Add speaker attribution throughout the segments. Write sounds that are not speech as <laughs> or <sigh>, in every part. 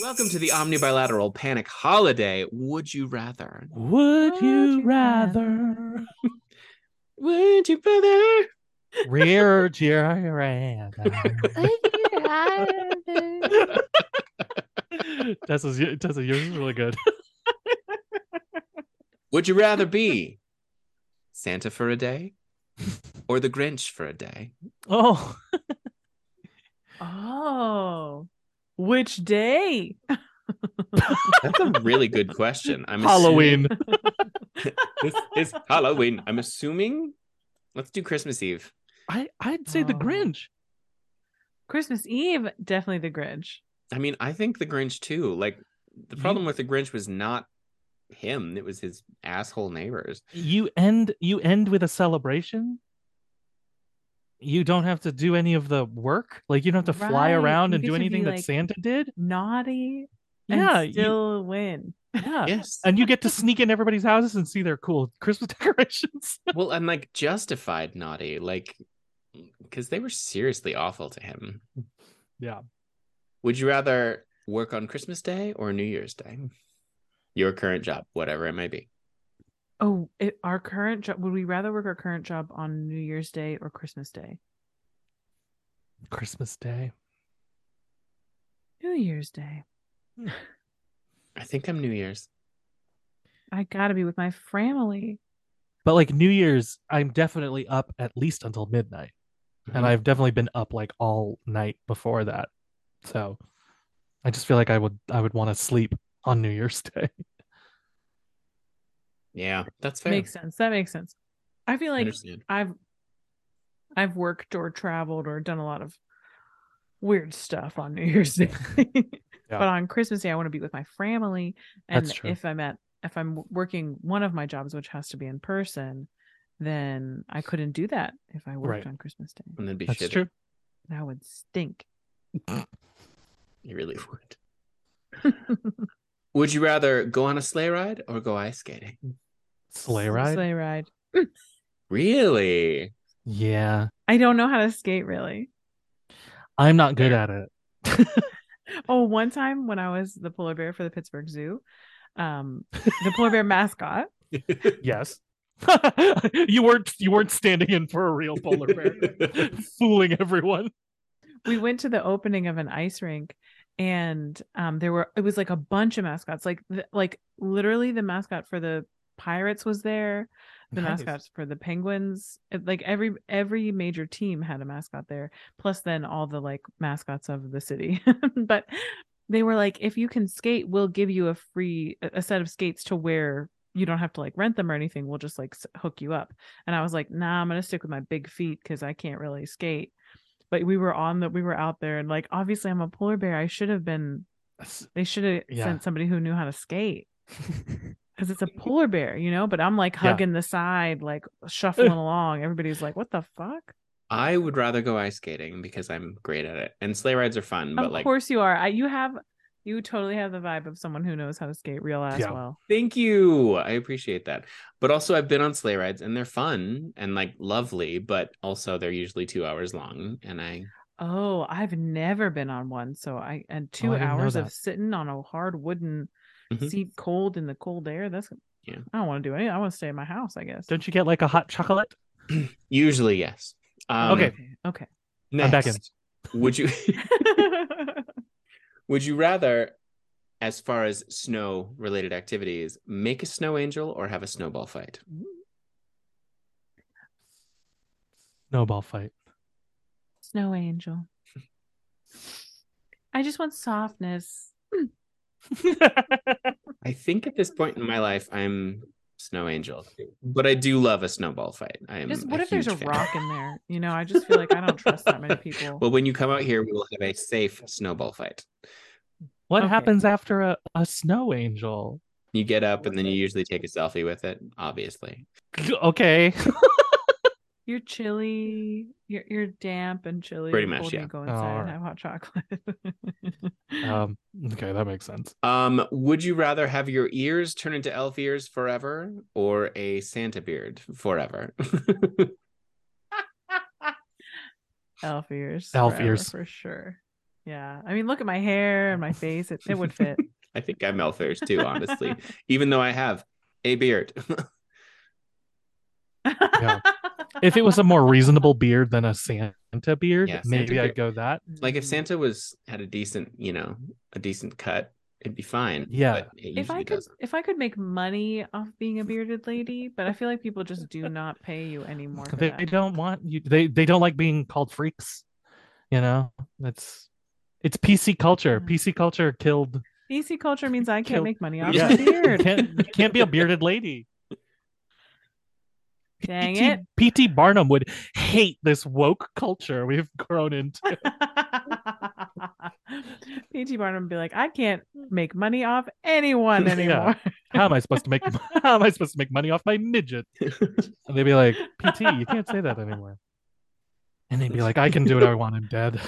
Speaker 1: Welcome to the Omnibilateral Panic Holiday. Would you rather?
Speaker 2: Would you
Speaker 3: you
Speaker 2: <laughs> rather?
Speaker 1: Would you rather?
Speaker 2: Rear <laughs> Jira. Tessa's, Tessa, yours is really good.
Speaker 1: Would you rather <laughs> be Santa for a day or the Grinch for a day?
Speaker 2: <laughs> Oh,
Speaker 3: oh, which day?
Speaker 1: That's a really good question. I'm
Speaker 2: Halloween.
Speaker 1: Assuming, this is Halloween. I'm assuming. Let's do Christmas Eve.
Speaker 2: I, I'd say the
Speaker 3: Oh.
Speaker 2: Grinch.
Speaker 3: Christmas Eve, definitely the Grinch.
Speaker 1: I mean, I think the Grinch too. Like the
Speaker 2: You-
Speaker 1: problem with the Grinch was not him; it was his asshole neighbors.
Speaker 2: You end you end with a celebration. You don't have to do any of the work. Like you don't have to fly
Speaker 3: Right,
Speaker 2: around
Speaker 3: you
Speaker 2: and do
Speaker 3: get to be,
Speaker 2: anything that
Speaker 3: like,
Speaker 2: Santa did.
Speaker 3: Naughty.
Speaker 2: Yeah,
Speaker 3: and
Speaker 2: you-
Speaker 3: still win.
Speaker 2: Yeah.
Speaker 1: Yes.
Speaker 2: And you get to sneak in everybody's houses and see their cool Christmas <laughs> decorations.
Speaker 1: well, and like justified naughty, like because they were seriously awful to him.
Speaker 2: Yeah.
Speaker 1: Would you rather work on Christmas Day or New Year's Day? Your current job, whatever it may be.
Speaker 3: Oh, it, our current job. Would we rather work our current job on New Year's Day or Christmas Day?
Speaker 2: Christmas Day.
Speaker 3: New Year's Day.
Speaker 1: I think I'm New Year's.
Speaker 3: I gotta be with my family.
Speaker 2: But like New Year's, I'm definitely up at least until midnight. and I've definitely been up like all night before that. So I just feel like I would I would want to sleep on New Year's <laughs> Day.
Speaker 1: yeah, that's fair.
Speaker 3: Makes sense. That makes sense. I feel
Speaker 1: I
Speaker 3: like
Speaker 1: understand.
Speaker 3: I've I've worked or traveled or done a lot of weird stuff on New Year's Day. <laughs> But on Christmas Day, I want to be with my family. And
Speaker 2: That's true.
Speaker 3: if I'm at if I'm working one of my jobs, which has to be in person, then I couldn't do that if I worked
Speaker 2: Right.
Speaker 3: on Christmas Day.
Speaker 1: And then be
Speaker 2: That's
Speaker 1: shitty.
Speaker 2: true.
Speaker 3: That would stink.
Speaker 1: You really would.
Speaker 3: <laughs>
Speaker 1: Would you rather go on a sleigh ride or go ice skating?
Speaker 2: Sleigh ride.
Speaker 3: Sleigh ride.
Speaker 1: Really?
Speaker 2: Yeah.
Speaker 3: I don't know how to skate really.
Speaker 2: I'm not good at it.
Speaker 3: Oh, one time when I was the polar bear for the Pittsburgh Zoo, um, the
Speaker 2: <laughs>
Speaker 3: polar bear mascot.
Speaker 2: Yes. <laughs> you weren't you weren't standing in for a real polar bear <laughs> fooling everyone.
Speaker 3: we went to the opening of an ice rink and um there were it was like a bunch of mascots like th- like literally the mascot for the pirates was there the
Speaker 2: Nice.
Speaker 3: mascots for the penguins it- like every every major team had a mascot there plus then all the like mascots of the city <laughs> but they were like if you can skate we'll give you a free a a set of skates to wear you don't have to like rent them or anything we'll just like s- hook you up and i was like nah i'm gonna stick with my big feet because i can't really skate but we were on the we were out there and like obviously i'm a polar bear i should have been they should have
Speaker 2: Yeah.
Speaker 3: sent somebody who knew how
Speaker 2: <laughs>
Speaker 3: to skate because it's a polar bear you know but i'm like hugging the
Speaker 2: <laughs>
Speaker 3: side like shuffling along everybody's like what the fuck
Speaker 1: I would rather go ice skating because I'm great at it. And sleigh rides are fun, but
Speaker 3: of
Speaker 1: like
Speaker 3: course you are I, you have you totally have the vibe of someone who knows how to skate real ass
Speaker 2: Yeah.
Speaker 3: well
Speaker 1: thank you. I appreciate that. But also I've been on sleigh rides and they're fun and like lovely, but also they're usually 2 hours long and I
Speaker 3: oh i've never been on one so i and two
Speaker 2: Oh, I didn't know
Speaker 3: hours of
Speaker 2: that. Mm-hmm.
Speaker 3: sitting on a hard wooden
Speaker 1: Mhm.
Speaker 3: seat cold in the cold air that's
Speaker 1: Yeah.
Speaker 3: i don't want to do anything i want to stay in my house i guess
Speaker 2: Don't you get like a hot chocolate?
Speaker 1: usually yes. Um,
Speaker 2: Okay.
Speaker 3: Oh, okay
Speaker 1: next,
Speaker 2: I'm back in.
Speaker 1: Would you <laughs>
Speaker 3: okay
Speaker 2: <laughs>
Speaker 1: would you rather as far as snow related activities, make a snow angel or have a snowball fight?
Speaker 2: Snowball <laughs> fight.
Speaker 3: Snow angel. I just want softness.
Speaker 1: I think at this point in my life, I'm Snow Angel, but I do love a snowball fight. I am.
Speaker 3: Just what if there's a
Speaker 1: Mm, huge fan. <laughs>
Speaker 3: rock in there? You know, I just feel like I don't trust that many people.
Speaker 1: Well, when you come out here, we will have a safe snowball fight.
Speaker 2: what
Speaker 3: Okay.
Speaker 2: happens after a, a snow angel? <laughs>
Speaker 1: You get up and then you usually take a selfie with it, obviously.
Speaker 2: Okay.
Speaker 3: You're chilly. You're you're damp and chilly.
Speaker 1: Pretty much,
Speaker 3: and cold
Speaker 1: yeah.
Speaker 3: and You go inside and
Speaker 2: Alright.
Speaker 3: have hot chocolate. <laughs>
Speaker 2: Um, okay, that makes sense.
Speaker 1: Um, would you rather have your ears turn into elf ears forever or a Santa beard forever? <laughs>
Speaker 3: elf ears.
Speaker 2: Elf
Speaker 3: forever,
Speaker 2: ears.
Speaker 3: for sure. Yeah. I mean, look at my hair and my face. It, it
Speaker 1: <laughs>
Speaker 3: would fit.
Speaker 1: I think I'm malfairs too, honestly, even though I have a beard.
Speaker 3: <laughs>
Speaker 2: Yeah. If it was a more reasonable beard than a Santa beard,
Speaker 1: Yeah, Santa
Speaker 2: maybe I'd
Speaker 1: beard.
Speaker 2: go that.
Speaker 3: Mm.
Speaker 1: like if Santa was had a decent, you know, a decent cut, it'd be fine.
Speaker 2: Yeah.
Speaker 1: But it usually
Speaker 3: if I could
Speaker 1: doesn't.
Speaker 3: if I could make money off
Speaker 2: <laughs>
Speaker 3: being a bearded lady, but I feel like people just do not pay you
Speaker 2: <laughs>
Speaker 3: anymore for
Speaker 2: They,
Speaker 3: that.
Speaker 2: they don't want you. They they don't like being called freaks. You know, that's it's PC culture.
Speaker 3: Yeah.
Speaker 2: PC culture killed.
Speaker 3: PC culture means I can't
Speaker 2: Kill-
Speaker 3: make money off
Speaker 1: Yeah.
Speaker 2: <laughs>
Speaker 3: my
Speaker 2: You
Speaker 3: beard.
Speaker 2: can't, you can't be a bearded lady.
Speaker 3: <laughs> Dang
Speaker 2: PT
Speaker 3: it.
Speaker 2: P.T. Barnum would hate this woke culture we've grown into. <laughs>
Speaker 3: PG Barnum would be like, I can't make money off anyone
Speaker 2: <laughs> Yeah.
Speaker 3: anymore.
Speaker 2: How am I supposed to make <laughs> how am I supposed to make money off my midget? And they'd be like, PT, you can't say that anymore. And they'd be like, I can do what I want, I'm dead.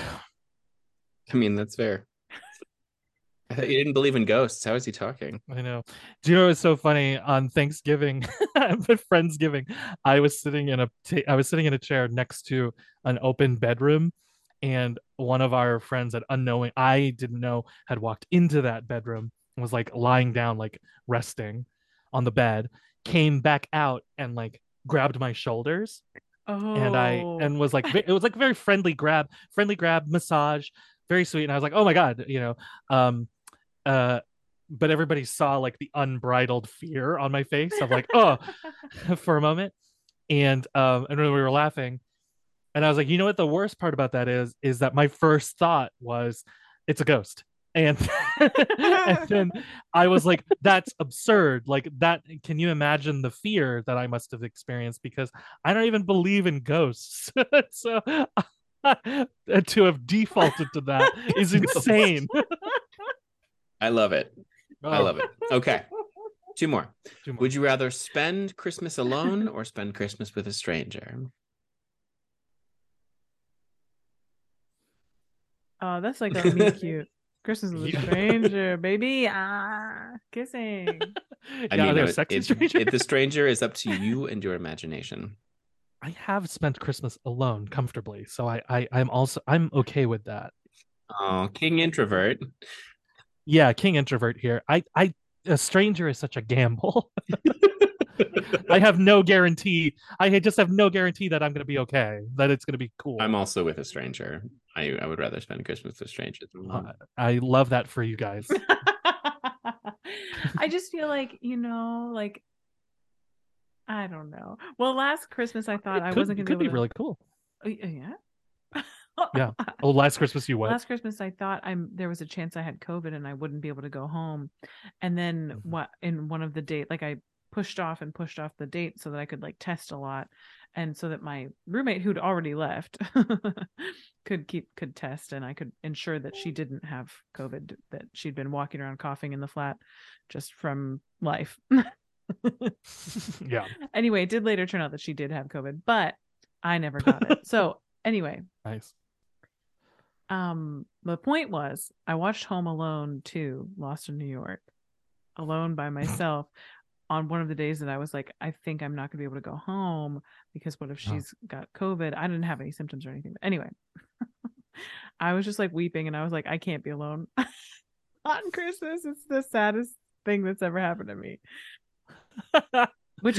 Speaker 1: I mean, that's fair. I thought you didn't believe in ghosts. How is he talking?
Speaker 2: I know. Do you know what's so funny? On Thanksgiving, <laughs> the Friendsgiving, I was sitting in a ta- I was sitting in a chair next to an open bedroom, and one of our friends that unknowing I didn't know had walked into that bedroom and was like lying down, like resting on the bed, came back out and like grabbed my shoulders
Speaker 3: Oh,
Speaker 2: and I and was like ve- it was like a very friendly grab, friendly grab, massage, very sweet. And I was like, oh my god, you know, um, uh, but everybody saw like the unbridled fear on my face of like, oh, <laughs> for a moment, and um, and then we were laughing, and I was like, you know what, the worst part about that is, is that my first thought was, it's a ghost. And, <laughs> and then I was like, that's absurd. Like, that can you imagine the fear that I must have experienced? Because I don't even believe in ghosts. <laughs> so and to have defaulted
Speaker 1: <laughs>
Speaker 2: to that is
Speaker 1: Ghosts.
Speaker 2: insane.
Speaker 1: I love it. I love it.
Speaker 3: <laughs>
Speaker 1: Okay. Two more.
Speaker 2: Two more.
Speaker 1: Would you rather spend Christmas alone or spend Christmas with a stranger?
Speaker 3: Oh, that's like
Speaker 2: <laughs>
Speaker 3: a me cute. Christmas is
Speaker 2: Yeah.
Speaker 3: a stranger, baby. Ah, kissing.
Speaker 1: I
Speaker 2: yeah, are
Speaker 1: mean,
Speaker 2: there
Speaker 1: it-
Speaker 2: sexy
Speaker 1: it-
Speaker 2: strangers?
Speaker 1: it- the stranger is up to you and your imagination.
Speaker 2: I have spent Christmas alone comfortably, so I, I I'm also I'm okay with that.
Speaker 1: Oh, King Introvert.
Speaker 2: Yeah, king introvert here. I I a stranger is such a gamble. <laughs> I have no guarantee. I just have no guarantee that I'm going to be okay. That it's going to be cool.
Speaker 1: I'm also with a stranger. I, I would rather spend Christmas with strangers. than alone.
Speaker 2: Uh, I love that for you guys.
Speaker 3: <laughs> I just feel like, you know, like I don't know. Well, last Christmas I thought
Speaker 2: It
Speaker 3: I
Speaker 2: could,
Speaker 3: wasn't
Speaker 2: it
Speaker 3: gonna
Speaker 2: could
Speaker 3: be,
Speaker 2: be
Speaker 3: able
Speaker 2: really cool.
Speaker 3: to... Oh, yeah. <laughs>
Speaker 2: Yeah. Oh, last Christmas you went.
Speaker 3: Last Christmas, I thought I'm there was a chance I had COVID and I wouldn't be able to go home. And then
Speaker 2: Mhm.
Speaker 3: what in one of the date, like I pushed off and pushed off the date so that I could like test a lot, and so that my roommate who'd already left <laughs> could keep could test and I could ensure that she didn't have COVID that she'd been walking around coughing in the flat just from life.
Speaker 2: <laughs> yeah.
Speaker 3: anyway, it did later turn out that she did have COVID, but I never got it. So anyway, <laughs>
Speaker 2: Nice.
Speaker 3: um the point was i watched home alone 2 lost in new york
Speaker 1: <laughs>
Speaker 3: alone by myself on one of the days that i was like i think i'm not going to be able to go home because what if
Speaker 2: Oh.
Speaker 3: she's got covid i didn't have any symptoms or anything but anyway <laughs> i was just like weeping and i was like i can't be alone <laughs> on christmas it's the saddest thing that's ever happened to me which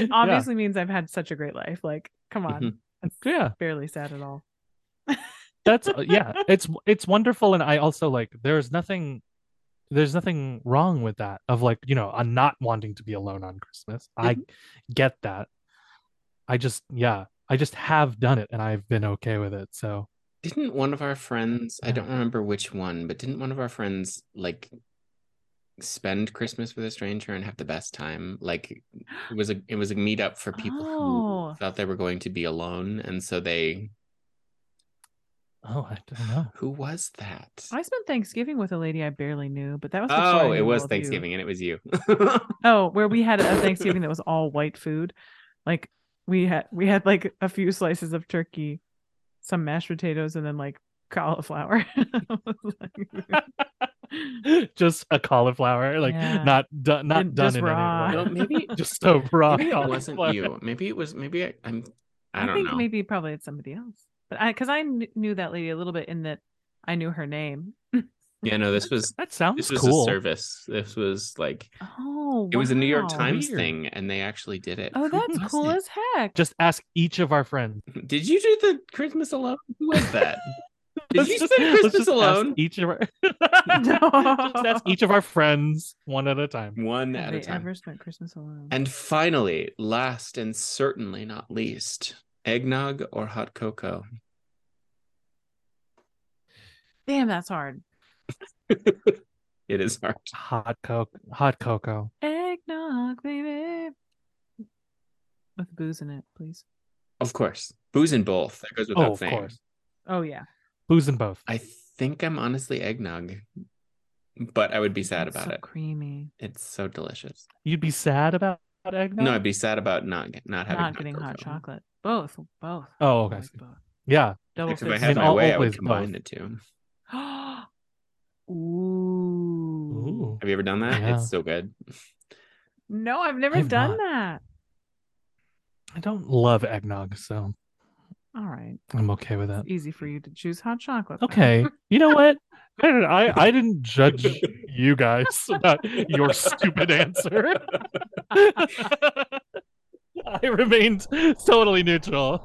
Speaker 1: <laughs>
Speaker 2: Yeah.
Speaker 3: obviously means i've had such a great life like come on
Speaker 1: Mhm.
Speaker 3: that's
Speaker 2: Yeah.
Speaker 3: barely sad at all
Speaker 2: That's uh,
Speaker 3: <laughs>
Speaker 2: yeah. It's it's wonderful, and I also like. There's nothing. There's nothing wrong with that. Of like you know, I'm not wanting to be alone on Christmas. I
Speaker 3: Mm-hmm.
Speaker 2: get that. I just yeah. I just have done it, and I've been okay with it. So
Speaker 1: Didn't one of our friends, I
Speaker 2: Yeah.
Speaker 1: don't remember which one, but didn't one of our friends like spend Christmas with a stranger and have the best time? Like it was a it was a meetup for people
Speaker 3: Oh.
Speaker 1: who thought they were going to be alone. And so they
Speaker 2: oh, I don't know.
Speaker 1: who was that?
Speaker 3: I spent Thanksgiving with a lady I barely knew, but that was before I
Speaker 1: Oh,
Speaker 3: knew
Speaker 1: it
Speaker 3: all
Speaker 1: was
Speaker 3: of you.
Speaker 1: Thanksgiving and it was you.
Speaker 3: Oh, where we <laughs> had a Thanksgiving that was all white food. Like we had we had like a few slices of turkey, some mashed potatoes, and then like
Speaker 1: <laughs>
Speaker 3: cauliflower. <laughs> I was like-
Speaker 2: <laughs> just a cauliflower, like
Speaker 3: Yeah.
Speaker 2: not do- not
Speaker 3: Didn't-
Speaker 2: done
Speaker 3: just
Speaker 2: in
Speaker 3: raw.
Speaker 2: any
Speaker 1: Well,
Speaker 2: way.
Speaker 1: maybe
Speaker 2: <laughs> Just a raw. <laughs>
Speaker 1: maybe it wasn't
Speaker 2: cauliflower.
Speaker 1: you. Maybe it was maybe I, I'm I don't
Speaker 3: think
Speaker 1: know.
Speaker 3: maybe probably it's somebody else, but I because I kn- knew that lady a little bit in that I knew her name. <laughs>
Speaker 1: Yeah, no, this was
Speaker 2: That sounds
Speaker 1: this was
Speaker 2: cool.
Speaker 1: a service. This was like
Speaker 3: Oh,
Speaker 1: it was a New York
Speaker 3: wow.
Speaker 1: Times
Speaker 2: Weird.
Speaker 1: thing, and they actually did it. Who
Speaker 3: Oh, that's
Speaker 1: was
Speaker 3: cool
Speaker 1: it?
Speaker 3: as heck.
Speaker 2: Just ask each of our friends.
Speaker 1: Did you do the Christmas alone? Who was
Speaker 2: <laughs>
Speaker 1: that? Did
Speaker 2: Let's
Speaker 1: you
Speaker 2: just-
Speaker 1: say
Speaker 2: let's
Speaker 1: Christmas
Speaker 2: just ask
Speaker 1: alone?
Speaker 2: Each of our <laughs>
Speaker 3: No.
Speaker 2: just ask each of our friends one at a time.
Speaker 1: One
Speaker 3: Have
Speaker 1: at
Speaker 3: they
Speaker 1: a time.
Speaker 3: ever spent Christmas alone?
Speaker 1: And finally, last and certainly not least, eggnog or hot cocoa.
Speaker 3: Damn, that's hard.
Speaker 1: It is hard.
Speaker 2: Hot coke, hot cocoa.
Speaker 3: Eggnog, baby. With booze in it, please.
Speaker 1: Of course. Booze and both. That goes without
Speaker 2: oh, of
Speaker 1: saying.
Speaker 2: course,
Speaker 3: Oh yeah.
Speaker 2: booze and both.
Speaker 1: I think I'm honestly eggnog, but I would be sad
Speaker 3: That's
Speaker 1: about
Speaker 3: so
Speaker 1: it.
Speaker 3: Creamy.
Speaker 1: It's so delicious.
Speaker 2: You'd be sad about eggnog.
Speaker 1: No, I'd be sad about not not having
Speaker 3: Not getting hot
Speaker 1: cocoa.
Speaker 3: chocolate. Both. Both.
Speaker 2: Oh,
Speaker 3: I
Speaker 2: okay. I
Speaker 3: like
Speaker 2: see.
Speaker 3: both.
Speaker 2: <laughs> Yeah,
Speaker 3: Double
Speaker 1: Like, if I
Speaker 3: fist.
Speaker 1: had
Speaker 2: In
Speaker 1: my
Speaker 2: all-
Speaker 1: way, I would
Speaker 2: always
Speaker 1: combine
Speaker 2: both.
Speaker 1: the two.
Speaker 3: <gasps> Ooh.
Speaker 2: Ooh.
Speaker 1: Have you ever done that?
Speaker 2: Yeah.
Speaker 1: It's so good.
Speaker 3: No, I've never
Speaker 2: I've
Speaker 3: done that.
Speaker 2: I don't love eggnog, so
Speaker 3: All right.
Speaker 2: I'm okay with that.
Speaker 3: Easy for you to choose hot chocolate. then.
Speaker 2: Okay, you know what? I don't. I, I
Speaker 1: <laughs>
Speaker 2: didn't judge you guys about your
Speaker 1: <laughs>
Speaker 2: stupid answer. <laughs> I remained totally neutral.